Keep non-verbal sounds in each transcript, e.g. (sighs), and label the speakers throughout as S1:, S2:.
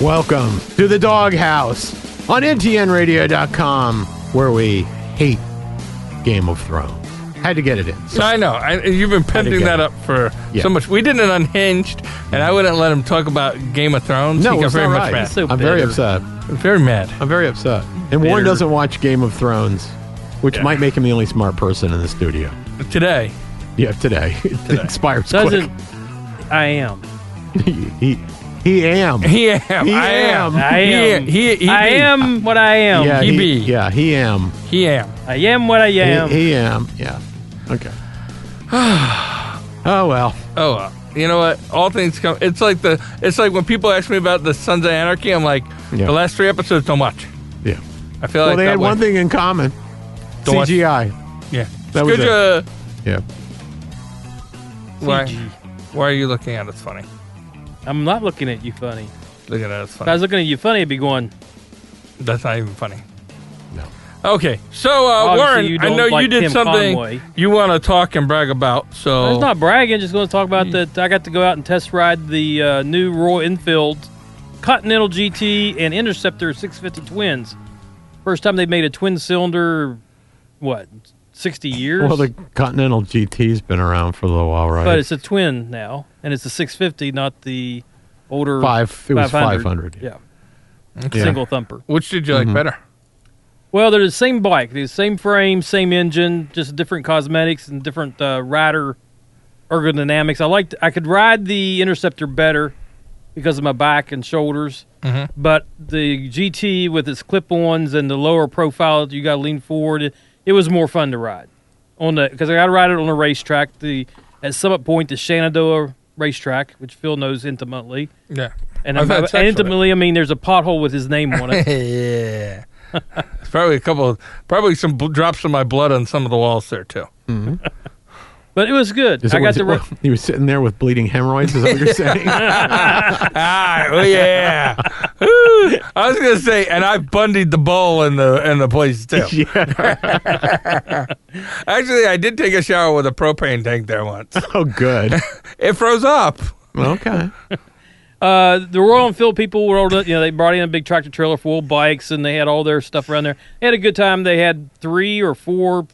S1: Welcome to the Doghouse on ntnradio.com, where we hate Game of Thrones. Had to get it in. So,
S2: I know. I, you've been
S1: get
S2: pending that
S1: it.
S2: up for
S1: Yeah.
S2: so much. We did an unhinged, and I wouldn't let him talk about Game of Thrones.
S1: no,
S2: he got
S1: it's
S2: very
S1: not
S2: much
S1: right.
S2: mad.
S3: So
S1: I'm very
S3: bitter.
S1: upset.
S2: very mad.
S1: I'm very upset. And Warren
S2: Bitter.
S1: doesn't watch Game of Thrones, which might make him the only smart person in the studio.
S2: Today, (laughs)
S1: Yeah, today. (laughs) It expires
S3: Doesn't I am.
S1: quick. (laughs) he, he am.
S2: he am.
S1: He
S2: I
S1: am.
S2: am.
S3: I
S2: He-
S3: am.
S2: He, he,
S3: I
S2: be.
S3: am what I am.
S1: yeah,
S2: he be.
S1: Yeah, he am.
S2: He am.
S3: I am what I am.
S1: He, he am. Yeah. Okay. (sighs) oh, well.
S2: Oh, well. you know what? All things come. It's like the. It's like when people ask me about the Sons of Anarchy. I'm like,
S1: Yeah.
S2: the last three episodes don't watch.
S1: Yeah.
S2: I feel
S1: Well,
S2: like
S1: they
S2: that
S1: had
S2: way.
S1: one thing in common
S2: Don't watch-
S1: CGI.
S2: Yeah,
S1: That was
S2: Scooja-
S1: Yeah.
S2: Why?
S3: CG.
S2: Why are you looking at us funny?
S3: I'm not looking at you funny.
S2: Look at us
S3: If I
S2: funny.
S3: was looking at you funny, I'd be going.
S2: That's not even funny.
S1: No.
S2: Okay, so uh,
S3: Obviously,
S2: Warren,
S3: you
S2: I
S3: don't
S2: know you
S3: like
S2: did
S3: Tim
S2: something
S3: Conway.
S2: you want to talk and brag about. So
S1: Oh.
S3: It's not bragging. Just going to talk about that. I got to go out and test ride the uh, new Royal Enfield Continental GT and Interceptor 650 twins. First time they made a twin cylinder. What? 60 years.
S1: Well, the Continental GT's been around for a little while, right?
S3: But it's a twin now, and it's a 650, not the older
S1: Five- it was 500.
S3: Yeah,
S1: Yeah.
S3: single thumper.
S2: which did you like better?
S3: Well, they're the same bike, the same frame, same engine, just different cosmetics and different uh, rider ergodynamics. I liked. I could ride the Interceptor better because of my back and shoulders,
S1: Mm-hmm.
S2: Mhm.
S3: but the GT with its clip-ons and the lower profile, that you got to lean forward. It, it was more fun to ride on the because I got to ride it on a racetrack. The at Summit Point, the Shenandoah racetrack, which Phil knows intimately,
S2: Yeah,
S1: Oh,
S3: and,
S2: I've had
S3: I'm-
S2: sex with it.
S3: intimately, I mean there's a pothole with his name on it.
S2: yeah. It's (laughs) probably a couple, of, probably some bl- drops of my blood on some of the walls there too.
S3: But it was good.
S1: (laughs) Is
S3: I
S1: that
S3: got
S1: what
S3: to.
S1: you-
S3: ri-
S1: you were sitting there with bleeding hemorrhoids. Is that
S3: (laughs)
S1: what you're saying?
S2: ah, oh yeah. Woo. I was gonna say, and I bundied the bowl in the in the place too.
S1: (laughs)
S3: (laughs)
S1: yeah.
S2: Actually, I did take a shower with a propane tank there once.
S1: Oh, good.
S2: it froze up.
S1: Okay.
S3: Uh, the Royal Enfield people were, all, you know, they brought in a big tractor trailer full of bikes, and they had all their stuff around there. They had a good time. They had three or four,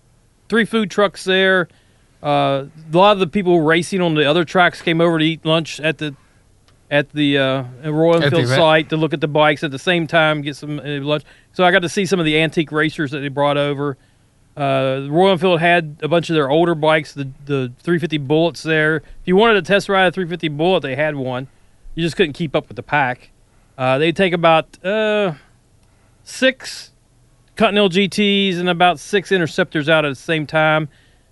S3: three food trucks there. Uh, a lot of the people racing on the other tracks came over to eat lunch at the at the uh, Royal
S2: At the
S3: Enfield
S2: event.
S3: site to look at the bikes at the same time, get some uh, lunch. So I got to see some of the antique racers that they brought over. Uh, Royal Enfield had a bunch of their older bikes, the the 350 Bullets there. If you wanted to test ride a 350 Bullet, they had one. You just couldn't keep up with the pack. Uh, they take about uh, six Continental GTs and about six interceptors out at the same time.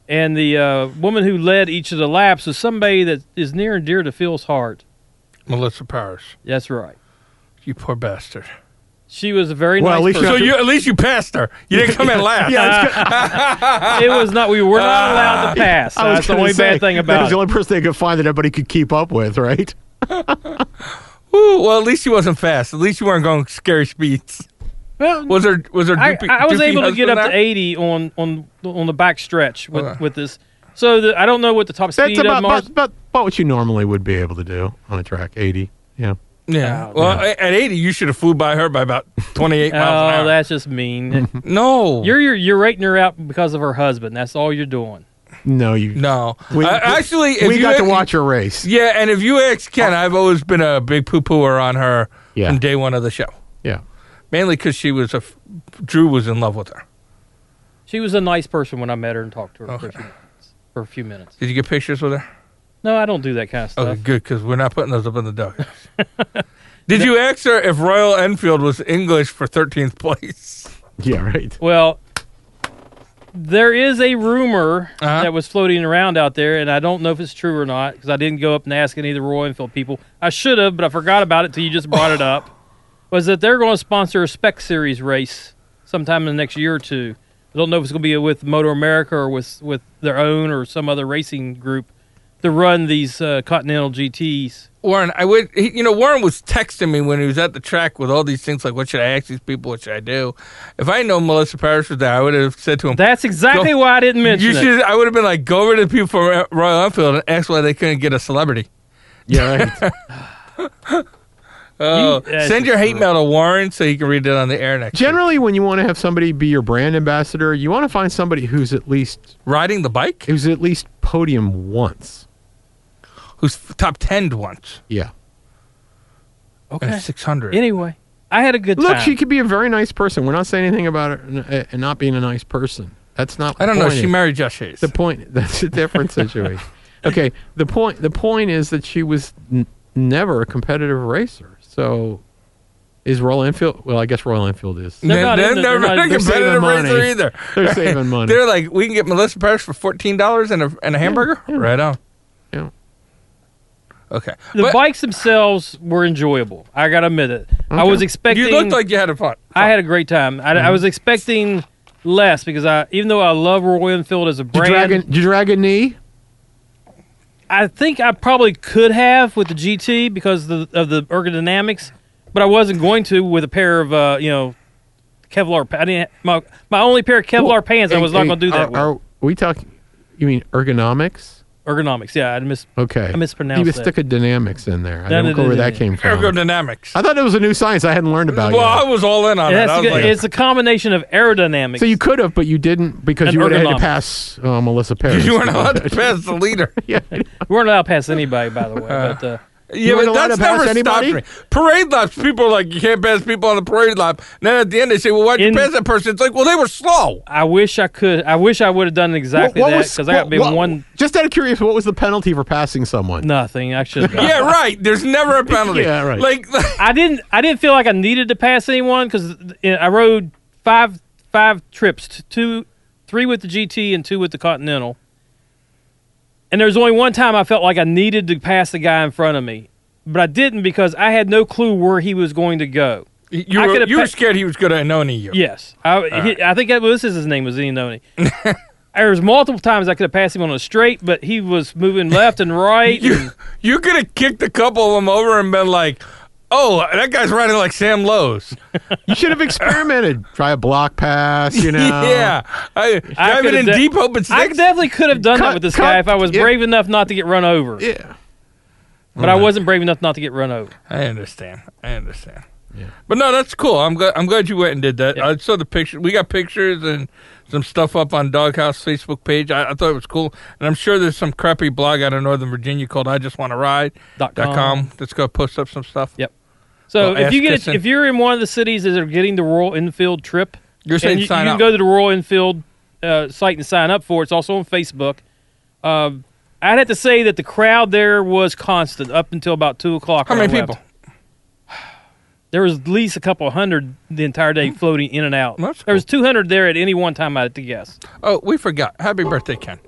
S3: And the uh, woman who led each of the laps is somebody that is near and dear to Phil's heart.
S2: Melissa Powers,
S3: That's right.
S2: you poor bastard.
S3: She was a very
S1: Well, at
S3: nice
S1: least
S3: person.
S2: So you at least you passed her. You didn't come in last.
S3: (laughs)
S1: Yeah, it's good.
S3: it was not. We were not allowed to pass.
S1: I was
S3: That's the
S1: gonna
S3: only
S1: say,
S3: bad thing
S1: That
S3: about
S1: was
S3: it.
S1: the only person they could find that everybody could keep up with, right?
S2: Ooh, well, at least you wasn't fast. At least you weren't going scary speeds.
S3: Well,
S2: Was there? Was there?
S3: I,
S2: Doopy,
S3: I was
S2: doopy
S3: able to get up
S2: husband Uh.
S3: to
S2: there?
S3: 80 on on on the back stretch with,
S2: Okay.
S3: with this. So the, I don't know what the top
S1: That's
S3: speed
S1: about,
S3: of Mars.
S1: about, about, about what you normally would be able to do on a track. 80. Yeah.
S2: Yeah.
S3: Oh,
S2: well, a- at eighty, you should have flew by her by about twenty-eight miles an
S3: Oh,
S2: hour.
S3: that's just mean.
S2: no,
S3: You're, you're you're rating her out because of her husband. That's all you're doing.
S1: No, you.
S2: no.
S1: We-
S2: Uh, actually, if
S1: we
S2: you
S1: got to
S2: ask-
S1: watch her race.
S2: Yeah, and if you ask Ken, I've always been a big poo-pooer on her
S1: Yeah.
S2: from day one of the show,
S1: Yeah.
S2: mainly because she was a. f- Drew was in love with her.
S3: She was a nice person when I met her and talked to her for, a
S2: Okay.
S3: few minutes, for a few minutes.
S2: Did you get pictures with her?
S3: No, I don't do that kind of stuff.
S2: Okay, good, because we're not putting those up in the
S3: (laughs)
S2: dog. Did you ask her if Royal Enfield was English for 13th place?
S1: Yeah,
S3: (laughs)
S1: right.
S3: Well, there is a rumor
S2: Uh-huh.
S3: that was floating around out there, and I don't know if it's true or not because I didn't go up and ask any of the Royal Enfield people. I should have, but I forgot about it till you just brought
S2: (laughs)
S3: it up. Was that they're going to sponsor a Spec Series race sometime in the next year or two? I don't know if it's going to be with Motor America or with with their own or some other racing group to run these uh, Continental GTs.
S2: Warren, I would, he, you know, Warren was texting me when he was at the track with all these things like, what should I ask these people? What should I do? If I know Melissa Parrish was there, I would have said to him,
S3: That's exactly
S2: Go-
S3: why I didn't mention
S2: you
S3: it.
S2: should, I would have been like, go over to the people from Ro- Royal Enfield and ask why they couldn't get a celebrity.
S1: Yeah, right.
S2: Oh,
S3: that's
S2: send your
S3: just
S2: hate mail to Warren so he can read it on the air next. week.
S1: Generally, when you want to have somebody be your brand ambassador, you want to find somebody who's at least
S2: riding the bike,
S1: who's at least podium once.
S2: who's f- top ten once
S1: Yeah.
S3: Okay.
S2: six hundred.
S3: Anyway, I had a good
S1: Look,
S3: time.
S1: she could be a very nice person. We're not saying anything about her n- uh, and not being a nice person. That's not.
S2: I don't
S1: the
S2: know.
S1: point
S2: She
S1: is-
S2: married Josh Hayes.
S1: the point. (laughs) That's a different
S2: (laughs)
S1: situation. Okay. The point. The point is that she was n- never a competitive racer. So, is Royal Enfield? Well, I guess Royal Enfield is.
S3: They're not in
S2: never
S3: it, they're not-
S2: a
S1: they're saving
S2: competitive
S1: money.
S2: racer either.
S1: They're
S2: (laughs)
S1: saving money.
S2: They're like, we can get Melissa Parrish for fourteen dollars and a and a hamburger.
S1: yeah.
S2: Right on.
S1: Yeah.
S2: Okay.
S3: the
S2: But
S3: bikes themselves were enjoyable. I gotta admit it. I
S1: Okay.
S3: was expecting.
S2: you looked like you Mm-hmm. had a fun.
S3: I had a great time. I, I was expecting less because I, even though I love Royal Enfield as a
S1: Did you,
S3: brand,
S1: drag a, did you drag a knee?
S3: I think I probably could have with the GT because the, of the ergodynamics, but I wasn't going to with a pair of uh, you know Kevlar. pa- I didn't my my only pair of Kevlar
S1: Well,
S3: pants. I
S1: hey,
S3: was not
S1: hey,
S3: going to do that.
S1: Are, are we talking? You mean ergonomics?
S3: with. Ergonomics. Yeah, I miss.
S1: Okay,
S3: I mispronounced
S1: You
S3: that.
S1: stuck a dynamics in there. I
S3: No,
S1: don't
S3: no,
S1: know
S3: no,
S1: where
S3: no,
S1: that
S3: no.
S1: came from.
S2: Ergodynamics.
S1: I thought it was a new science I hadn't learned about
S2: well, I
S1: yet.
S2: was all in on
S3: It
S2: it.
S3: has
S2: I
S3: to
S2: was
S3: go-
S2: like,
S3: it's a combination of aerodynamics.
S1: So you could have, but you didn't because
S3: And
S1: you would have had
S3: ergonomics.
S1: to pass uh, Melissa Paris.
S2: (laughs) (laughs) you weren't allowed to pass
S1: (laughs)
S2: the leader.
S1: yeah,
S3: we weren't allowed to pass anybody, by the way. But uh,
S2: Yeah,
S1: weren't
S2: but
S1: allowed
S2: that's
S1: to pass
S2: never
S1: anybody?
S2: stopped me. Parade laps, people are like, you can't pass people on the parade lap. And then at the end, they say, well, why'd
S3: In-
S2: you pass that person? It's like, well, they were
S3: (laughs)
S2: slow.
S3: I wish I could. I wish I would have done exactly
S1: What- what
S3: that
S1: was-
S3: because I got
S1: what-
S3: been
S1: what-
S3: one
S1: Just out of curious, what was the penalty for passing someone?
S3: nothing. I should.
S2: yeah, right. There's never a penalty.
S1: Yeah, right.
S2: Like, (laughs)
S3: I didn't. I didn't feel like I needed to pass anyone because I rode five five trips, t- two, three with the GT and two with the Continental. And there was only one time I felt like I needed to pass the guy in front of me, but I didn't because I had no clue where he was going to go.
S2: you,
S3: I
S2: were,
S3: could've
S2: you were
S3: pa-
S2: scared he was going to Anoni you.
S3: Yes, I, he, I think that was his name was Inoni. there was multiple times I could have passed him on a straight, but he was moving left and right.
S2: (laughs) You,
S3: and-
S2: you could have kicked a couple of them over and been like, oh, that guy's riding like Sam Lowe's.
S1: You should have
S2: (laughs)
S1: experimented. Try a block pass. You know.
S2: yeah. I,
S3: I
S2: driving
S3: could've
S2: in
S3: de-
S2: deep open
S3: I
S2: sticks.
S3: definitely could have done
S1: Cut-
S3: that with this
S1: cut-
S3: guy if I was
S1: yeah.
S3: brave enough not to get run over.
S1: Yeah.
S3: but I wasn't brave enough not to get run over.
S2: I understand. I understand.
S1: Yeah.
S2: But no, that's cool. I'm glad. I'm glad you went and did that.
S3: Yeah.
S2: I saw the picture. We got pictures and some stuff up on Doghouse Facebook page. I, I thought it was cool, and I'm sure there's some crappy blog out of Northern Virginia called I Just Want to Ride
S3: Dot
S2: dot
S3: com.
S2: com that's gonna post up some stuff.
S3: Um, Yep. So
S2: Well,
S3: if you
S2: ass
S3: get
S2: kissing.
S3: if you're in one of the cities that are getting the Royal Enfield trip,
S2: You're saying
S3: and you,
S2: sign
S3: you
S2: up.
S3: can go to the Royal Enfield uh, site and sign up for it. It's also on Facebook. Um, I'd have to say that the crowd there was constant up until about two o'clock.
S2: How
S3: when I
S2: many
S3: left.
S2: people?
S3: There was at least a couple hundred the entire day floating in and out.
S2: That's
S3: There was two hundred there at any one time. I had to guess.
S2: Oh, we forgot. Happy birthday, Ken.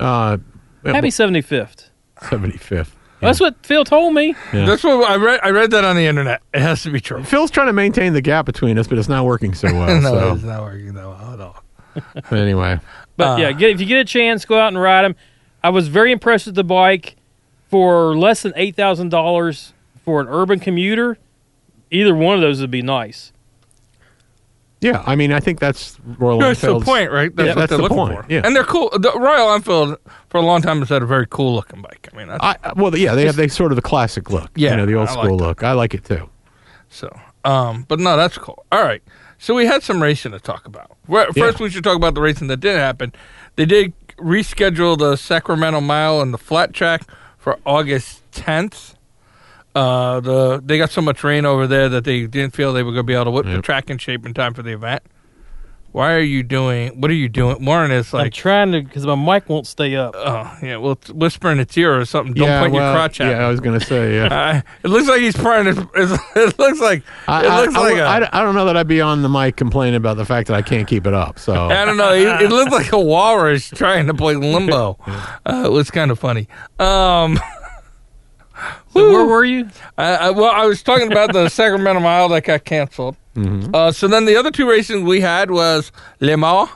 S1: Uh,
S3: Happy seventy fifth.
S1: seventy fifth.
S3: That's what Phil told me.
S1: Yeah.
S2: That's what I read. I read that on the internet. It has to be true.
S1: Phil's trying to maintain the gap between us, but it's not working so
S3: Oh,
S1: well.
S2: (laughs) no,
S1: so.
S2: it's not working that well at all.
S1: Anyway,
S3: But
S2: Ah.
S3: yeah, get, if you get a chance, go out and ride them. I was very impressed with the bike for less than eight thousand dollars for an urban commuter. Either one of those would be nice.
S1: yeah. I mean, I think that's Royal
S2: That's the
S1: Enfield's-
S2: point, right? That's
S1: Yeah,
S2: what
S1: that's
S2: they're
S1: the
S2: looking
S1: point,
S2: for.
S1: yeah.
S2: And they're cool. The Royal Enfield for a long time has had a very cool looking bike. I mean, that's
S1: I, well, yeah, they have they sort of the classic look.
S2: Yeah,
S1: you know, the old
S2: I like
S1: school
S2: that.
S1: look. I like it too.
S2: So, um, but no, that's cool. All right. So we had some racing to talk about. Well, First, we should talk about the racing that did happen. They did reschedule the Sacramento Mile and the flat track for August 10th. Uh, the they got so much rain over there that they didn't feel they were going to be able to whip the
S1: Yep.
S2: track in shape in time for the event. Why are you doing? What are you doing? Warren is
S3: I'm
S2: like,
S3: trying to because my mic won't stay up.
S2: oh yeah, well, t- whisper in its ear or something. Don't
S1: yeah,
S2: point
S1: well,
S2: your crotch at.
S1: Yeah, I
S2: him.
S1: was gonna say.
S2: (laughs)
S1: Yeah.
S2: Uh, it looks like he's prying. His, it looks like
S1: I,
S2: it
S1: I-
S2: looks
S1: I-
S2: like a-
S1: I, I don't know that I'd be on the mic complaining about the fact that I can't keep it up. So
S2: I don't know. It, it looked like a walrus trying to
S1: (laughs)
S2: play limbo. Uh, it was kind of funny. Um, (laughs)
S3: So where
S2: woo.
S3: were you?
S2: I, I, well, I was talking
S1: (laughs)
S2: about the Sacramento Mile that got canceled.
S1: Mm-hmm.
S2: Uh, so then the other two races we had was Le Mans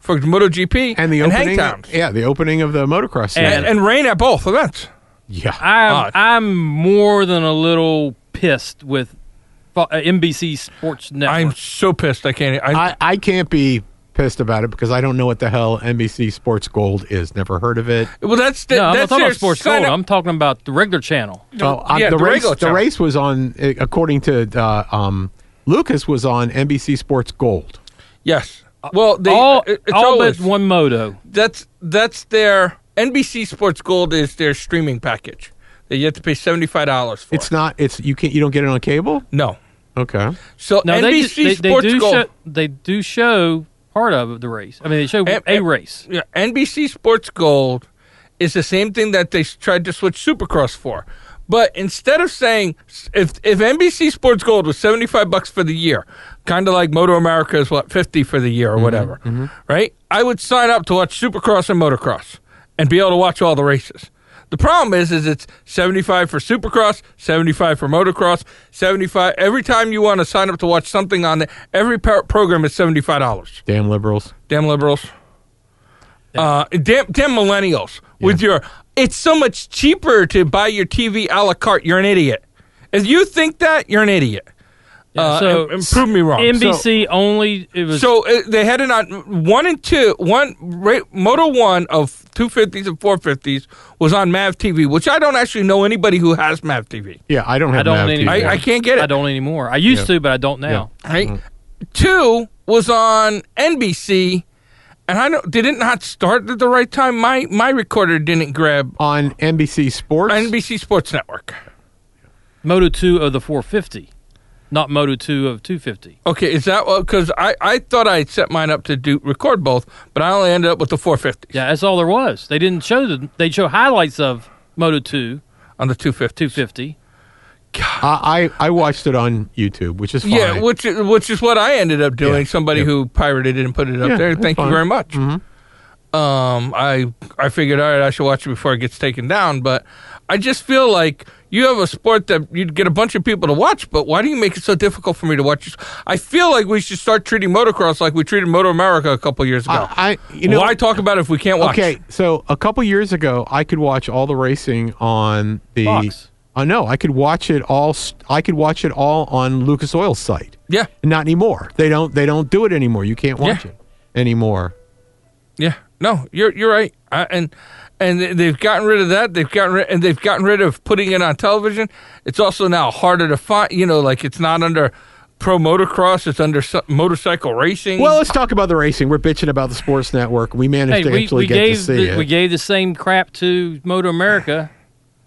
S2: for MotoGP
S1: and the opening,
S2: Hang Times.
S1: yeah, the opening of the motocross season.
S2: And, and rain at both events.
S1: yeah,
S3: I'm
S2: Odd.
S3: I'm more than a little pissed with fu- uh, NBC Sports Network.
S2: I'm so pissed. I can't. I,
S1: I, I can't be pissed about it because I don't know what the hell NBC Sports Gold is. Never heard of it.
S2: Well, that's the, (laughs)
S3: No, I'm not
S2: that's
S3: talking
S2: their
S3: about sports
S2: sign
S3: gold.
S2: up-
S3: I'm talking about the regular channel.
S1: Oh, uh,
S2: yeah,
S1: the,
S2: the
S1: race.
S2: regular
S1: The
S2: channel.
S1: race was on, uh, according to uh, um, Lucas, was on NBC Sports Gold.
S2: Yes. Well, they,
S3: all
S2: it- uh, it's
S3: all
S2: always
S3: but one moto.
S2: that's that's their NBC Sports Gold is their streaming package that you have to pay seventy five dollars for.
S1: It's not. It's you can't. You don't get it on cable.
S2: no.
S1: Okay.
S2: So
S3: No, they,
S2: NBC
S3: ju- they, they
S2: Sports
S3: do
S2: Gold.
S3: show, they do show part of the race. I mean, they show
S2: And-
S3: a
S2: and-
S3: race.
S2: Yeah, NBC Sports Gold is the same thing that they s- tried to switch Supercross for. But instead of saying s- if if NBC Sports Gold was 75 bucks for the year, kind of like Moto America is what 50 for the year or whatever, right? I would sign up to watch Supercross and Motocross and be able to watch all the races. The problem is is it's 75 for Supercross, 75 for Motocross, 75 every time you want to sign up to watch something on the every par- program is $75
S1: Damn liberals.
S2: damn liberals, uh, damn, damn millennials with your. It's so much cheaper to buy your TV a la carte. You're an idiot. If you think that, you're an idiot. uh,
S3: so-
S2: and, and prove me wrong.
S3: NBC only. It was
S2: So uh, they had it on one and two. One ra- Moto one of two fifties and four fifties was on Mav TV, which I don't actually know anybody who has Mav TV.
S1: Yeah, I don't have.
S3: don't
S1: Nav
S3: need
S1: TV.
S2: I, I can't get it.
S3: I don't anymore. I used to, but I don't now.
S2: Right? Two was on NBC, and I don't, did it not start at the right time? My my recorder didn't grab
S1: on NBC Sports.
S2: NBC Sports Network.
S3: Moto two of the 450, not Moto two of 250.
S2: Okay, is that because I I thought I had set mine up to do record both, but I only ended up with the 450
S3: Yeah, that's all there was. They didn't show the. They show highlights of Moto two,
S2: on the 250.
S3: 250.
S1: I, I I watched it on YouTube, which is fine.
S2: Yeah, which is- which is what I ended up doing.
S1: Yeah,
S2: Somebody
S1: yeah.
S2: who pirated it and put it up
S1: Yeah,
S2: there.
S1: that's
S2: Thank
S1: fine. Mm-hmm.
S2: you very much. Um, I I figured all right, I should watch it before it gets taken down. But I just feel like you have a sport that you'd get a bunch of people to watch. But why do you make it so difficult for me to watch? This? I feel like we should start treating motocross like we treated Moto America a couple years ago.
S1: I, I you know
S2: why talk about it if we can't watch?
S1: Okay, so a couple years ago, I could watch all the racing on the.
S3: Fox.
S1: I know I could watch it all. s- I could watch it all on Lucas Oil's site.
S2: Yeah,
S1: Not anymore. They don't. They don't do it anymore. You can't watch
S2: Yeah.
S1: it anymore.
S2: Yeah, no, you're you're right, I, and and they- they've gotten rid of that. They've gotten rid, and they've gotten rid of putting it on television. It's also now harder to find. You know, like it's not under pro motocross; it's under so- motorcycle racing.
S1: Well, let's talk about the racing. We're bitching about the sports network. We managed
S3: Hey,
S1: to
S3: we,
S1: actually
S3: we
S1: get
S3: gave
S1: to see
S3: the,
S1: it.
S3: we gave the same crap to Moto America.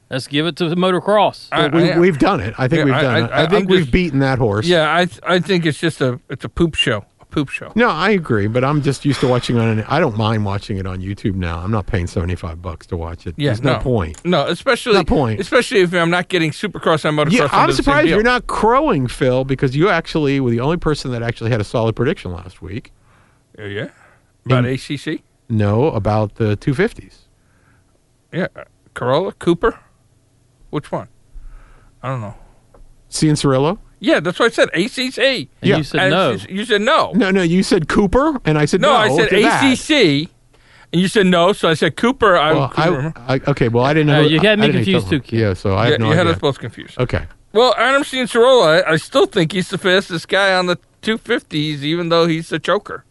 S3: Let's give it to the motocross.
S2: I-
S1: we,
S2: I-
S1: have done it. I think
S2: Yeah,
S1: we've
S2: I-
S1: done
S2: I-
S1: it. I
S2: I-
S1: think
S2: I'm
S1: we've
S2: just-
S1: beaten that horse.
S2: yeah, I th- I think it's just a it's a poop show, a poop show.
S1: No, I agree, but I'm just used to watching on. An, I don't mind watching it on YouTube now. I'm not paying 75 bucks to watch it.
S2: Yeah,
S1: There's no, point.
S2: No, especially
S1: No point.
S2: Especially if I'm not getting Supercross and motocross.
S1: Yeah,
S2: under
S1: I'm
S2: the same
S1: surprised
S2: deal.
S1: you're not crowing, Phil, because you actually were the only person that actually had a solid prediction last week.
S2: Yeah, Oh, yeah. about
S1: In-
S2: ACC.
S1: No, about the 250s.
S2: Yeah, Corolla, Cooper, which one? I don't know.
S1: Ciancerillo?
S2: Yeah, that's what I said. ACC.
S3: and
S1: yeah.
S3: you said
S2: And
S3: no.
S2: s- You said no.
S1: No, no, you said Cooper, and I said no.
S2: No, I said
S1: to that.
S2: ACC, and you said no. So I said Cooper. I,
S1: Well,
S2: couldn't
S1: I,
S2: remember.
S1: I, okay, well, I didn't know.
S3: Uh,
S1: who-
S3: you had
S1: I-
S3: me
S1: I didn't
S3: confused
S1: tell him.
S3: too, Keith.
S1: Yeah, so I
S2: yeah,
S1: have no
S2: you had us
S1: idea.
S2: both confused.
S1: Okay.
S2: Well, Adam Ciancerola, I, I still think he's the fastest guy on the 250s, even though he's the choker.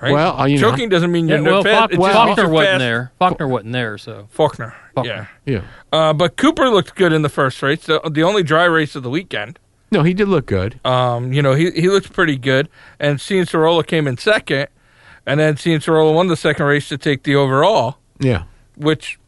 S2: Right?
S1: Well, uh, you know.
S2: choking doesn't mean
S3: Yeah,
S2: you're
S3: well,
S2: no fast.
S3: Faulk-
S2: it just means
S3: Faulkner
S2: you're
S3: wasn't
S2: fast.
S3: there. Faulkner wasn't there, so
S2: Faulkner.
S3: Faulkner.
S2: Yeah.
S1: Yeah.
S2: Uh, but Cooper looked good in the first race, the, the only dry race of the weekend.
S1: No, he did look good.
S2: Um, you know, he he looked pretty good. And Ciancerola came in second, and then Ciancerola won the second race to take the overall.
S1: Yeah.
S2: which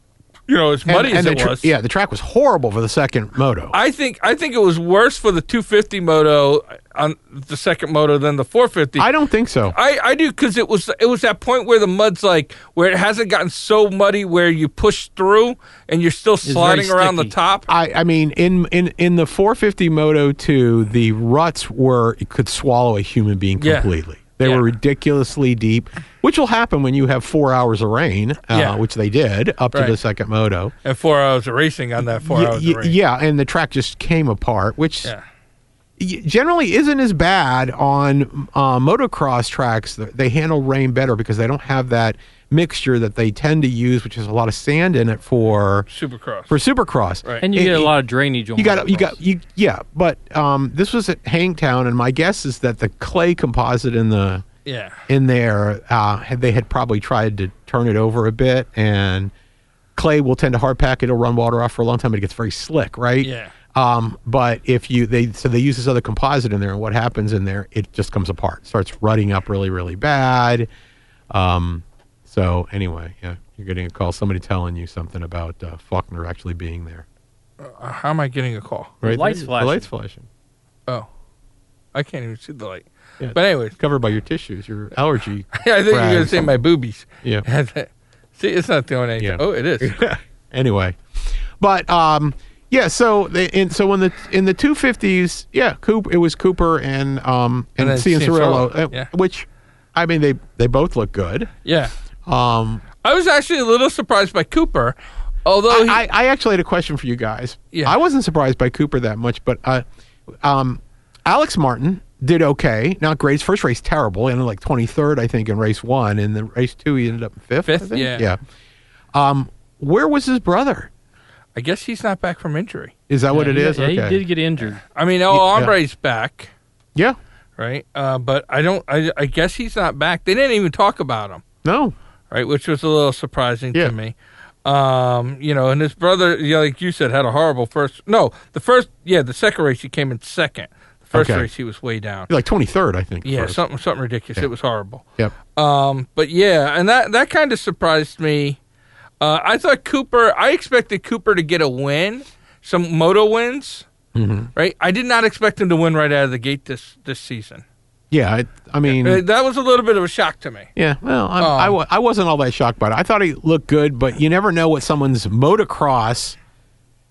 S2: you know as
S1: And-
S2: muddy
S1: and
S2: as
S1: the
S2: it
S1: tra-
S2: was.
S1: Yeah, the track was horrible for the second moto.
S2: I think I think it was worse for the 250 moto on the second moto than the 450.
S1: I don't think so.
S2: I, I do because it was it was that point where the mud's like where it hasn't gotten so muddy where you push through and you're still
S3: very
S2: sliding around the
S3: sticky.
S2: top.
S1: I, I mean, in, in in the 450 Moto 2, the ruts were it could swallow a human being
S2: Yeah.
S1: completely. They
S2: Yeah.
S1: were ridiculously deep, which will happen when you have four hours of rain, uh,
S2: Yeah.
S1: which they did up to the
S2: Right.
S1: second Moto.
S2: and four hours of racing on that four
S1: Y-
S2: hours
S1: y-
S2: of rain.
S1: yeah, and the track just came apart, which
S2: Yeah.
S1: y- generally isn't as bad on uh, motocross tracks. Th- They handle rain better because they don't have that mixture that they tend to use, which has a lot of sand in it for
S2: Supercross.
S1: for supercross.
S2: Right.
S3: and you
S1: It-
S3: get a
S1: it-
S3: lot of drainage on
S1: you got you
S3: motocross.
S1: got you yeah but um this was at hangtown and my guess is that the clay composite in the
S2: Yeah.
S1: in there, uh, had- they had probably tried to turn it over a bit, and clay will tend to hard pack. It'll run water off for a long time. It gets very slick, right?
S2: Yeah.
S1: Um, but if you they so they use this other composite in there, and what happens in there? It just comes apart, starts rutting up really, really bad. Um, so anyway, yeah, you're getting a call. Somebody telling you something about uh, Faulkner actually being there.
S2: Uh, How am I getting a call?
S3: The light's
S1: there.
S3: flashing.
S1: The lights flashing.
S2: Oh, I can't even see the light.
S1: Yeah.
S2: But anyways,
S1: Covered by your tissues, your allergy.
S2: (laughs) I think you're
S1: Right,
S2: gonna say my boobies. (laughs)
S1: Yeah.
S2: see, it's not the only.
S1: Yeah.
S2: Oh,
S1: (laughs)
S2: it is.
S1: anyway, but um, yeah. So they and so in the in the two fifties, yeah, Coop. It was Cooper and um and,
S2: And then
S1: Cian
S2: Cian
S1: Cirillo,
S2: Cirillo,
S1: uh,
S2: yeah.
S1: which I mean they they both look good.
S2: Yeah.
S1: Um,
S2: I was actually a little surprised by Cooper, although Oh, he,
S1: I, I I actually had a question for you guys.
S2: Yeah.
S1: I wasn't surprised by Cooper that much, but uh, um, Alex Martin did okay. Not great. His first race terrible, and like twenty third, I think, in race one, and then race two he ended up in fifth. I
S2: Fifth,
S1: think.
S2: yeah.
S1: yeah. Um, where was his brother?
S2: I guess he's not back from injury.
S1: Is that what
S3: Yeah,
S1: it
S3: he-
S1: is?
S3: Yeah,
S1: Okay.
S3: he did get injured.
S2: I mean, El
S1: Yeah.
S2: Hombre's back,
S1: yeah.
S2: right? Uh, but I don't. I, I guess he's not back. They didn't even talk about him,
S1: No.
S2: right? Which was a little surprising
S1: Yeah.
S2: to me. Um, you know, and his brother, yeah, like you said, had a horrible first. No, the first, yeah, the second race he came in second. The first
S1: Okay.
S2: race he was way down.
S1: like 23rd, I think.
S2: Yeah,
S1: first.
S2: something something ridiculous. It was horrible.
S1: Yep.
S2: Um, but yeah, and that that kind of surprised me. Uh, I thought Cooper. I expected Cooper to get a win, some moto wins,
S1: hmm
S2: right? I did not expect him to win right out of the gate this this season.
S1: Yeah, I, I mean,
S2: Uh, that was a little bit of a shock to me.
S1: yeah. Well, I'm,
S2: Um,
S1: I, wa- I wasn't all that shocked by it. I thought he looked good, but you never know what someone's motocross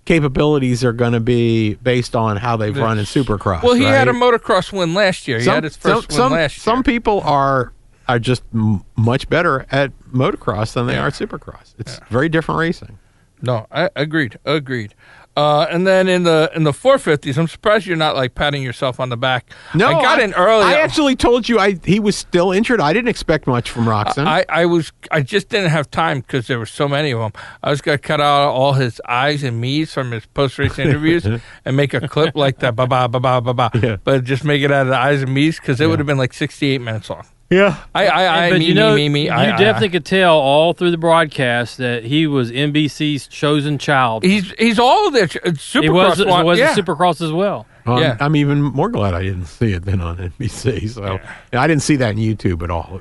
S1: capabilities are going to be based on how they've
S2: The-
S1: run in supercross.
S2: Well, he had a
S1: right?
S2: motocross win last year. He
S1: Some-
S2: had his first
S1: some,
S2: win last year.
S1: some, some people are are just m- much better at motocross than they are at supercross. It's very different racing.
S2: no, I agreed. Agreed. Uh, and then in the in the 450s, I'm surprised you're not like patting yourself on the back.
S1: No,
S2: I got in early.
S1: I actually told you I he was still injured. I didn't expect much from Roxon.
S2: I, I was I just didn't have time because there were so many of them. I was gonna cut out all his eyes and me's from his post race
S1: (laughs)
S2: interviews and make a clip like that, ba ba ba ba ba ba.
S1: Yeah.
S2: But just make it out of the eyes and me's because it would have been like sixty eight minutes long.
S1: yeah.
S2: I I, I
S3: but
S2: me,
S3: you know,
S2: me me me.
S3: you
S2: I, I,
S3: definitely could tell all through the broadcast that he was NBC's chosen child.
S2: I. he's he's all of their uh, supercross.
S3: It was, it
S2: one-
S3: was
S2: yeah.
S3: Supercross as well.
S1: Well,
S2: Yeah.
S1: I'm, I'm even more glad I didn't see it then on NBC. So And I didn't see that in YouTube at all.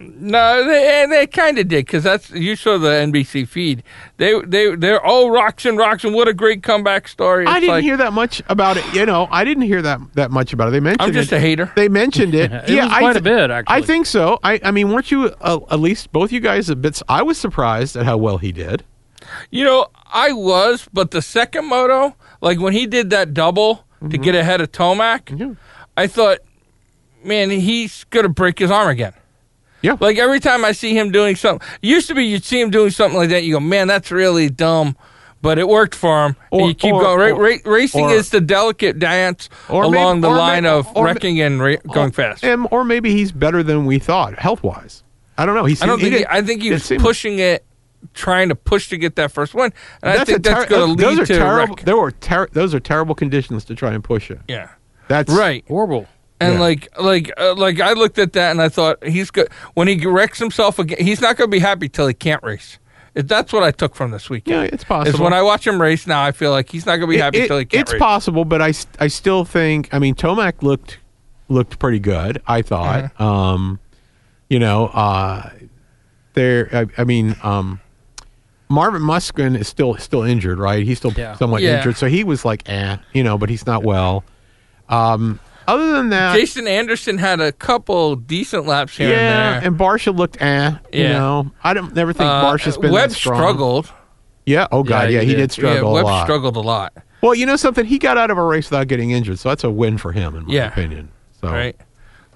S2: No, they and they kind of did because that's you saw the NBC feed. They they they're all rocks and rocks and what a great comeback story.
S1: I
S2: It's
S1: didn't
S2: like,
S1: hear that much about it. You know, I didn't hear that that much about it. They mentioned
S2: I'm just
S1: it.
S2: a hater.
S1: they mentioned
S2: (laughs)
S1: it.
S3: It
S1: yeah,
S3: was quite
S1: I,
S3: a bit, actually.
S1: I think so. I, I mean, weren't you uh, at least both you guys a bit? s- I was surprised at how well he did.
S2: You know, I was, but the second moto, like when he did that double to
S1: Mm-hmm.
S2: get ahead of Tomac,
S1: Yeah.
S2: I thought, man, he's gonna break his arm again.
S1: Yeah.
S2: Like every time I see him doing something, used to be you'd see him doing something like that, you go, man, that's really dumb, but it worked for him. and
S1: Or-
S2: you keep
S1: or-
S2: going. Ra-
S1: or-
S2: ra- racing
S1: or-
S2: is the delicate dance
S1: Or maybe-
S2: along the
S1: or may-
S2: line of
S1: or may-
S2: wrecking and ra- going fast.
S1: And, or maybe he's better than we thought, health wise. I don't know. He's
S2: I don't think. He, I think he
S1: it
S2: was
S1: seemed-
S2: pushing it, trying to push to get that first one, and I think that's
S1: ter-
S2: going to
S1: those
S2: lead
S1: are
S2: to a
S1: terrible.
S2: wreck.
S1: There were ter- those are terrible conditions to try and push it.
S2: Yeah.
S1: That's
S2: Right.
S3: Horrible.
S2: And
S1: Yeah.
S2: like, like, uh, like, I looked at that and I thought he's good. When he wrecks himself again, he's not going to be happy till he can't race. If That's what I took from this
S1: Yeah,
S2: weekend.
S1: it's possible.
S2: Is when I watch him race now, I feel like he's not going to be
S1: It-
S2: happy
S1: it-
S2: till he can't
S1: it's
S2: race.
S1: possible, but I, st- I still think. I mean, Tomac looked looked pretty good. I thought.
S2: Uh-huh.
S1: Um, you know, uh, there. I, I mean, um, Marvin Muskin is still still injured, right? He's still
S3: Yeah.
S1: somewhat
S2: Yeah.
S1: injured, so he was like, eh, you know, but he's not well. Um, other than that,
S2: Jason Anderson had a couple decent laps here
S1: yeah,
S2: and there.
S1: and Barsha looked eh. You
S2: Yeah.
S1: know, I don't never think
S2: Uh,
S1: Barsha's been
S2: Webb
S1: that strong.
S2: struggled.
S1: Yeah. Oh God.
S3: Yeah,
S1: Yeah,
S3: he
S1: he,
S3: did.
S1: did struggle
S2: yeah,
S1: a
S2: Webb
S1: lot.
S2: struggled a lot.
S1: Well, you know something? He got out of a race without getting injured, so that's a win for him, in my
S2: Yeah.
S1: opinion. So
S2: Right.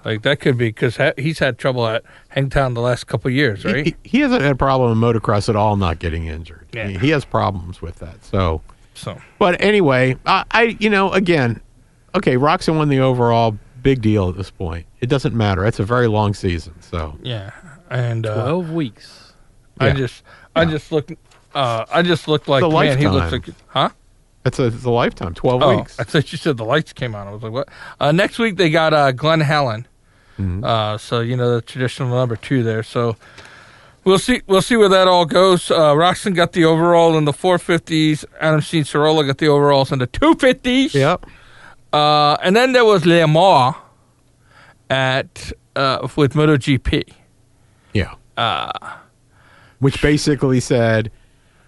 S2: Like that could be because ha- he's had trouble at Hangtown the last couple years,
S1: he,
S2: right?
S1: he, he hasn't had a problem in motocross at all, not getting injured.
S2: Yeah.
S1: He, he has problems with that. So,
S2: so
S1: but anyway, I, I you know, again, okay, Roxon won the overall. Big deal at this point. It doesn't matter. It's a very long season, so
S2: yeah, and uh,
S3: Twelve weeks.
S2: I
S1: Yeah.
S2: just, I just looked, uh, I just looked like
S1: It's a
S2: man. He looks
S1: lifetime.
S2: like, huh?
S1: it's a, it's a lifetime. Twelve
S2: Oh,
S1: weeks.
S2: I thought you said the lights came on. I was like, what? Uh, next week they got uh, Glenn Helen,
S1: Mm-hmm.
S2: Uh, so you know the traditional number two there. So we'll see. We'll see where that all goes. Uh, Roxton got the overall in the 450s. Adam Steen Cirola got the overalls in the 250s.
S1: Yep.
S2: Uh, and then there was Le Mans at uh, with MotoGP.
S1: Yeah. Uh, Which basically said,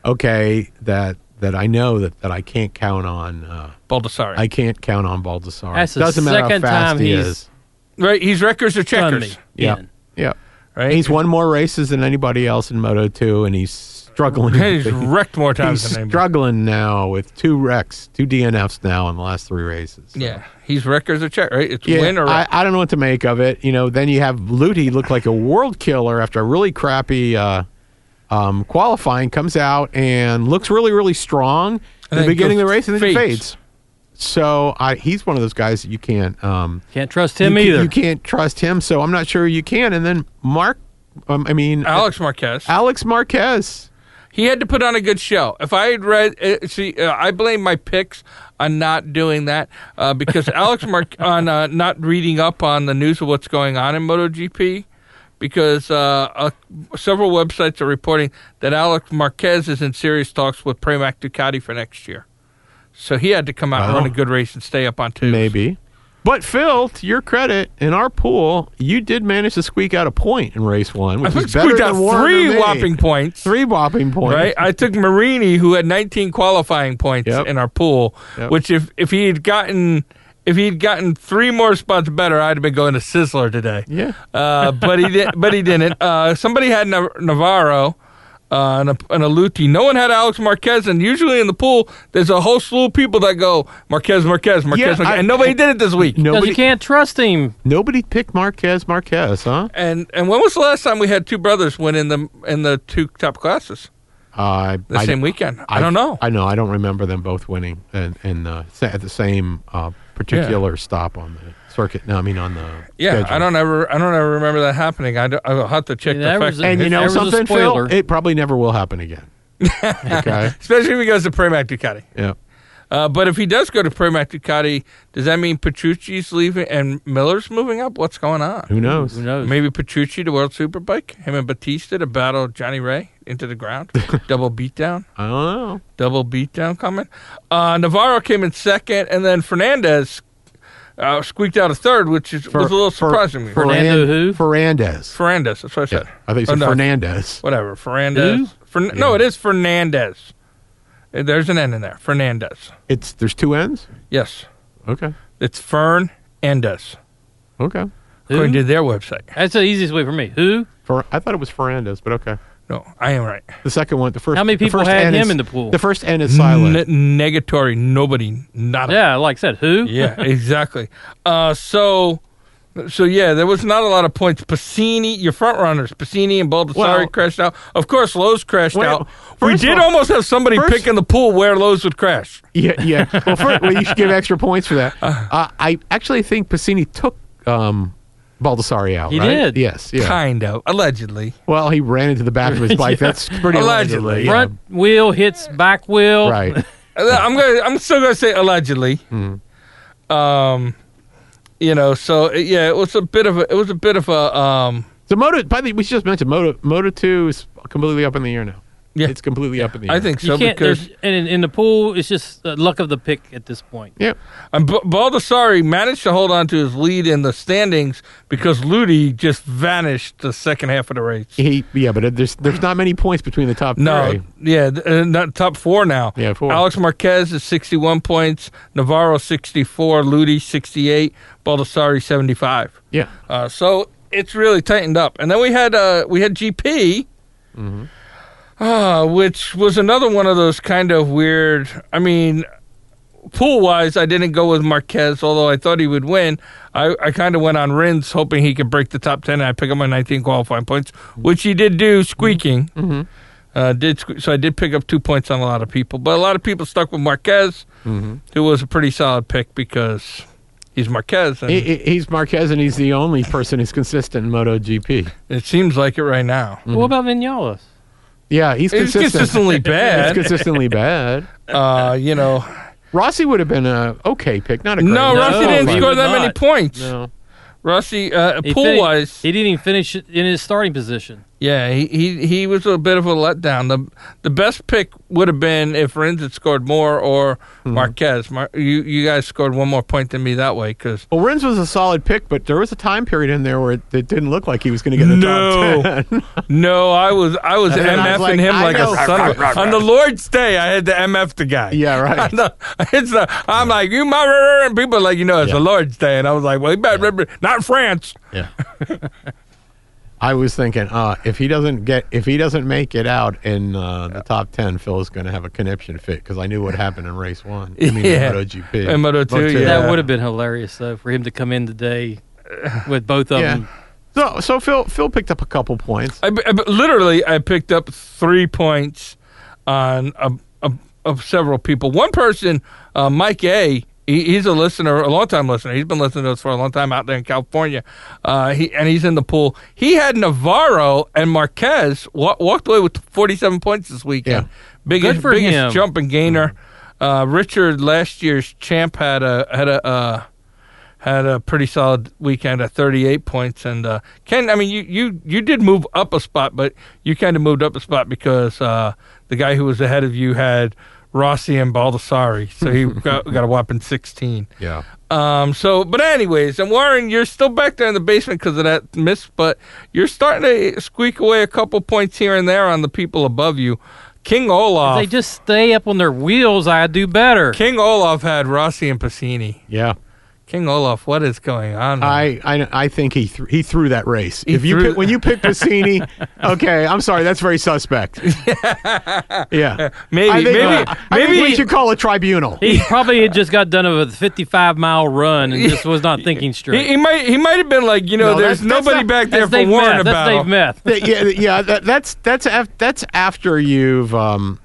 S1: okay, that that I know that, that I can't count on. Uh,
S2: Baldessari.
S1: I can't count on Baldassar.
S3: That's the
S1: Doesn't matter how
S3: second
S1: fast
S3: time
S1: he
S3: he's
S1: is.
S2: right, he's records or
S3: Done me
S2: checkers.
S1: Yeah.
S3: in.
S1: Yeah.
S2: Right,
S1: He's won more races than anybody else in Moto Two, and he's struggling. (laughs)
S2: He's wrecked more times
S1: He's
S2: than anybody.
S1: struggling now with two wrecks, two DNFs now in the last three races. So-
S2: Yeah, he's records or check. Right, it's
S1: Yeah,
S2: win or
S1: I, I don't know what to make of it. You know, then you have Luty look like a world killer after a really crappy uh, um, qualifying, comes out and looks really, really strong
S2: And
S1: at
S2: then
S1: the beginning of the race
S2: goes-
S1: and then
S2: fades.
S1: fades. So I, he's one of those guys that you can't um,
S3: Can't trust him
S1: you, ca-
S3: either.
S1: You can't trust him, so I'm not sure you can. And then Mark, um, I mean
S2: Alex Marquez.
S1: Alex Marquez.
S2: He had to put on a good show. If I had read, uh, see, uh, I blame my picks on not doing that
S1: (laughs)
S2: uh, because Alex Mark on uh, not reading up on the news of what's going on in MotoGP because uh, uh, several websites are reporting that Alex Marquez is in serious talks with Pramac Ducati for next year. So he had to come out and
S1: Wow.
S2: run a good race and stay up on two.
S1: Maybe. But Phil, to your credit, in our pool, you did manage to squeak out a point in race one,
S2: I
S1: which
S2: think
S1: is better
S2: squeaked out
S1: than Warren or
S2: three
S1: me.
S2: whopping points.
S1: three whopping points.
S2: Right? I took Marini, who had 19 qualifying points
S1: Yep.
S2: in our pool,
S1: Yep.
S2: which if, if he had gotten if he had gotten three more spots better, I'd have been going to Sizzler today.
S1: Yeah.
S2: Uh, but he did, but he didn't. Uh, somebody had Nav- Navarro. Uh, and, a, and a Luti. No one had Alex Marquez, and usually in the pool, there's a whole slew of people that go Marquez, Marquez, Marquez,
S1: Yeah,
S2: Marquez
S1: I-
S2: and nobody did it this week.
S3: Because
S1: Nobody,
S3: you can't trust him.
S1: nobody picked Marquez. Marquez, huh?
S2: And and when was the last time we had two brothers win in the in the two top classes
S1: I
S2: the
S1: Uh, I-
S2: same weekend? I, don't know.
S1: I know. I don't remember them both winning and and uh, sa- at the same uh, particular stop on the circuit. No, I mean on the
S2: Yeah,
S1: schedule.
S2: I don't ever, I don't ever remember that happening. I will have to check
S3: Yeah,
S2: the
S3: that
S2: facts,
S3: was-
S1: And you know
S3: There was a
S1: something, Phil?
S3: spoiler.
S1: It probably never will happen
S3: (laughs)
S1: again. okay.
S2: especially if he goes to Pramac Ducati.
S1: Yeah.
S2: Uh, but if he does go to Pramac Ducati, does that mean Petrucci's leaving and Miller's moving up? What's going on?
S1: Who knows?
S3: Who knows?
S2: Maybe Petrucci to World Superbike. Him and Batista to battle Johnny Ray into the ground. Double beatdown.
S1: I don't know.
S2: Double beatdown coming. Uh, Navarro came in second, and then Fernandez uh, squeaked out a third, which is, was a little
S1: Fer-
S2: surprising.
S3: Fer-
S2: For,
S3: Fernando
S1: Fernan-
S3: who?
S1: Fernandez.
S2: Fernandez. That's what I
S1: Yeah.
S2: said.
S1: I think
S2: Oh,
S1: it's
S2: no,
S1: Fernandez.
S2: whatever Fernandez. Fern- No, it is Fernandez. Uh, There's an N in there. Fernandez.
S1: It's there's two ends.
S2: Yes,
S1: Okay.
S2: it's Fern Andes,
S1: Okay.
S2: according
S3: Who?
S2: to their website.
S3: That's the easiest way for me. Who?
S1: Fer- I thought it was Fernandez, but okay.
S2: No, I am right.
S1: The second one, the first.
S3: How many
S1: the
S3: people
S1: first
S3: had
S1: N
S3: him
S1: is-
S3: in the pool? Mm.
S1: The first N is silent.
S2: N- negatory. Nobody. Not. A-
S3: Yeah, like I said, who?
S2: (laughs) yeah. Exactly. Uh, so. So yeah, there was not a lot of points. Passini, your front runners, Passini and Baldessari
S1: Well-
S2: crashed out. Of course, Lowe's crashed
S1: Well,
S2: out. We
S1: first
S2: did
S1: of all-
S2: almost have somebody
S1: first-
S2: pick in the pool where Lowe's would crash.
S1: Yeah, yeah. Well, first, well, you should give extra points for
S3: (laughs)
S1: that. Uh, I actually think Piscini took um, Baldessari out.
S3: He
S1: right?
S3: did.
S1: Yes. Yeah.
S2: Kind of, allegedly.
S1: Well, he ran into the back
S3: (laughs)
S1: of his bike. That's pretty allegedly.
S2: Allegedly.
S3: Front wheel hits back wheel.
S1: Yeah. Right.
S2: Uh, I'm gonna. I'm still gonna say allegedly. Um, you know. So uh, yeah, it was a bit of a. It was a bit of a. Um,
S1: So Moto. By the way, we should just mention Moto. Moto Two is completely up in the air now.
S2: Yeah.
S1: It's completely up in the air.
S2: I think
S3: You
S2: so
S3: can't.
S2: because
S3: There's, and in, in the pool, it's just uh, luck of the pick at this point.
S1: Yeah.
S2: um, B- Baldessari managed to hold on to his lead in the standings because Ludi just vanished the second half of the race.
S1: He. Yeah. But it- there's there's not many points between the top
S2: No,
S1: three.
S2: yeah, th- uh, not top four now.
S1: Yeah, four.
S2: Alex Marquez is 61 points, Navarro 64, Ludi 68, Baldessari 75.
S1: Yeah.
S2: Uh, so it's really tightened up. And then we had uh, we had GP, uh, which was another one of those kind of weird. I mean, pool wise, I didn't go with Marquez, although I thought he would win. I, I kind of went on Rins, hoping he could break the top ten, and I pick up my 19 qualifying points, which he did do, squeaking. Uh, did sque- so I did pick up two points on a lot of people, but a lot of people stuck with Marquez, who was a pretty solid pick because he's Marquez. And
S1: He, he- he's Marquez, and he's the only person who's consistent in Moto GP.
S2: It seems like it
S1: (laughs)
S2: right now.
S3: What about Vinales?
S1: Yeah, he's
S2: It's
S1: consistent.
S2: consistently
S1: He's
S2: bad.
S1: consistently bad.
S2: Uh, you know,
S1: Rossi would have been a okay pick, not a great
S2: no,
S1: one.
S2: Rossi didn't
S3: he
S2: score
S3: would
S2: that many
S3: not.
S2: points.
S1: No.
S2: Rusty, uh,
S3: He
S2: pool
S3: fini-
S2: wise,
S3: he didn't even finish it in his starting position.
S2: yeah, he, he he was a bit of a letdown. the The best pick would have been if Renz had scored more or
S1: Hmm.
S2: Marquez. Mar- you you guys scored one more point than me that way
S1: (laughs)
S2: because
S1: Well, Renz was a solid pick, but there was a time period in there where it, it didn't look like he was going to get in the
S2: No.
S1: top 10.
S2: no, I was I was
S1: And then I
S2: mfing
S1: was like,
S2: him
S1: I
S2: like
S1: know.
S2: a son of a, on the Lord's day. I had to mf the guy.
S1: yeah, right.
S2: (laughs) I know. It's the, I'm like you, my and people are like you know it's
S1: Yeah.
S2: the Lord's day, and I was like, well, you better remember, not France.
S1: Yeah. (laughs) I was thinking, uh, if he doesn't get, if he doesn't make it out in uh, the top ten, Phil is going to have a conniption fit because I knew what happened in race one. I mean,
S2: Yeah.
S1: in
S2: (laughs)
S1: MotoGP.
S2: In Moto2,
S1: uh,
S2: yeah.
S3: That would have been hilarious though for him to come in today with both of
S1: Yeah.
S3: them.
S1: So, so Phil, Phil picked up a couple points.
S2: I, I- literally, I picked up three points on a, a, of several people. One person, uh, Mike A. He, he's a listener, a long time listener. He's been listening to us for a long time out there in California. Uh, he and he's in the pool. He had Navarro and Marquez wa- walked away with forty-seven points this weekend.
S1: Yeah.
S2: Biggest
S3: Good for
S2: biggest
S3: him.
S2: jump and gainer. Uh, Richard last year's champ had a had a. Uh, had a pretty solid weekend at 38 points. And uh, Ken, I mean, you, you you did move up a spot, but you kind of moved up a spot because uh, the guy who was ahead of you had Rossi and Baldessari, so he got, got a whopping 16.
S1: Yeah.
S2: Um, so, but anyways, and Warren, you're still back there in the basement because of that miss, but you're starting to squeak away a couple points here and there on the people above you. King
S3: If
S2: Olaf,
S3: they just stay up on their wheels, I do better.
S2: King Olaf had Rossi and Piscini.
S1: Yeah.
S2: King Olaf, what is going on?
S1: I, I, I think he th- he threw that race.
S2: He
S1: if you
S2: threw-
S1: pick, when you
S2: (laughs)
S1: pick Piscini, okay, I'm sorry, that's very suspect. yeah.
S2: Maybe,
S1: I think,
S2: maybe,
S1: uh, I think
S2: maybe
S1: we should call a tribunal.
S3: He probably had just got done with a 55 mile run and just was not thinking
S2: He, he
S3: straight.
S2: might he might have been like you know
S1: No,
S2: there's
S1: that's- that's
S2: nobody
S1: not-
S2: back there
S3: That's
S2: for
S3: Dave
S2: Warren
S3: Meth.
S2: about.
S3: That's
S2: (laughs)
S3: Dave Meth.
S1: That- yeah, th- yeah. That, that's that's af- that's after you've um,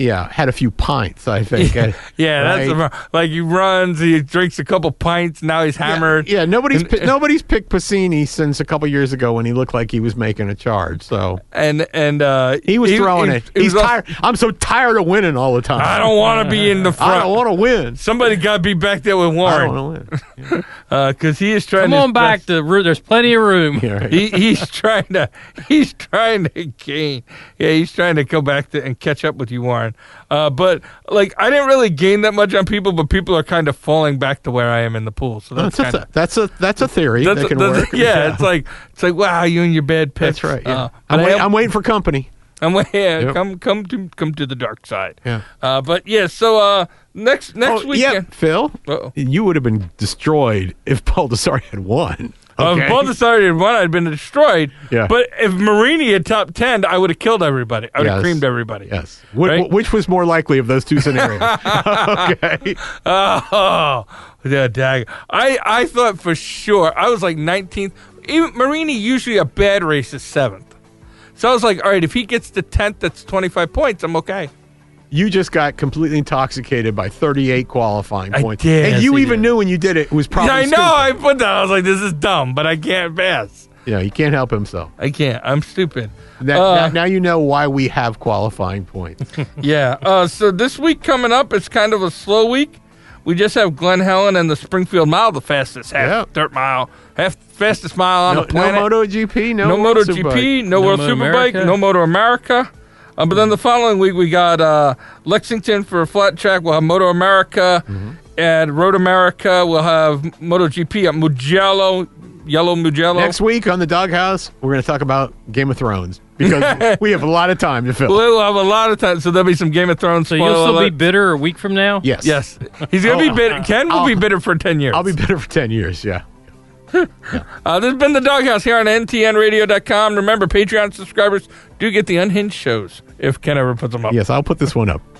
S1: yeah, had a few pints. I think. yeah,
S2: (laughs) Yeah, that's about, like he runs, he drinks a couple pints, now he's hammered.
S1: Yeah, nobody's
S2: And- uh,
S1: pi- nobody's picked Piscini since a couple years ago when he looked like he was making a charge. So
S2: And and uh
S1: he was throwing
S2: he-
S1: it.
S2: he
S1: He's
S2: was all-
S1: tired. I'm so tired of winning all the time.
S2: I don't want to be in the
S1: (laughs) I don't
S2: front.
S1: want to win.
S2: Somebody got to be back there with
S1: I don't
S2: Warren
S1: want to win.
S2: because he is trying.
S3: Come
S2: his
S3: on back
S2: best.
S3: to root. There's plenty of room.
S1: Yeah, right.
S2: he, he's (laughs) trying to he's trying to gain. Yeah, he's trying to go back to, and catch up with you, Warren. Uh, but like I didn't really gain that much on people, but people are kind of falling back to where I am in the pool. So that's
S1: That's,
S2: kind of
S1: a, that's a that's a theory
S2: That's-
S1: that can
S2: that's-
S1: work.
S2: (laughs) Yeah, it's like it's like wow, you and your bad picks.
S1: that's right. Yeah.
S2: Uh, but
S1: I'm,
S2: I
S1: wait,
S2: am-
S1: I'm waiting for company.
S2: I'm wait- yeah,
S1: Yep.
S2: come come to come to the dark side.
S1: Yeah.
S2: Uh, but yeah, so uh, next next
S1: oh, yeah,
S2: weekend.
S1: Phil,
S2: Uh-oh.
S1: you would have been destroyed if Baldessari had won.
S2: Uh, if Baldessari had won, I'd been destroyed.
S1: Yeah.
S2: But if Marini had top 10, I would have killed everybody. I would have
S1: Yes.
S2: creamed everybody.
S1: Yes. Wh-
S2: Right?
S1: wh- Which was more likely of those two scenarios? (laughs) okay.
S2: Oh, yeah, dag. I, I thought for sure. I was like 19th. Even Marini usually a bad race is seventh. So I was like, all right, if he gets to 10th, that's 25 points. I'm okay.
S1: You just got completely intoxicated by 38 qualifying
S2: I
S1: points.
S2: did.
S1: And you
S2: Yes, I
S1: even
S2: did.
S1: knew when you did it, it was probably
S2: Yeah, I know.
S1: stupid.
S2: I put that. I was like, this is dumb, but I can't pass.
S1: Yeah, he can't help himself.
S2: I can't. I'm stupid.
S1: That,
S2: Uh,
S1: now, now you know why we have qualifying points.
S2: yeah. Uh, so this week coming up, it's kind of a slow week. We just have Glen Helen and the Springfield Mile, the fastest half
S1: Yeah.
S2: dirt mile, half fastest mile on
S1: no,
S2: the planet.
S1: no MotoGP, no,
S2: no
S1: World Superbike.
S2: MotoGP, no,
S3: No
S2: World
S3: Moto
S2: Superbike,
S3: America.
S2: no Moto America. Uh, but then the following week we got uh, Lexington for a flat track. We'll have Moto America and Road America. We'll have MotoGP at Mugello, Yellow Mugello.
S1: Next week on the Doghouse, we're going to talk about Game of Thrones because
S2: (laughs)
S1: we have a lot of time to fill.
S2: We'll have a lot of time, so there'll be some Game of Thrones.
S3: So you'll
S2: spoiler
S3: still be
S2: alert.
S3: bitter a week from now?
S1: yes.
S2: Yes, he's gonna be
S1: I'll-
S2: bitter. Ken will be
S1: I'll-
S2: bitter for ten years.
S1: I'll be better for 10 years. Yeah.
S2: Uh, this has been the Doghouse here on NTNRadio.com. Remember, Patreon subscribers do get the unhinged shows if Ken ever puts them up.
S1: Yes, I'll put this one up.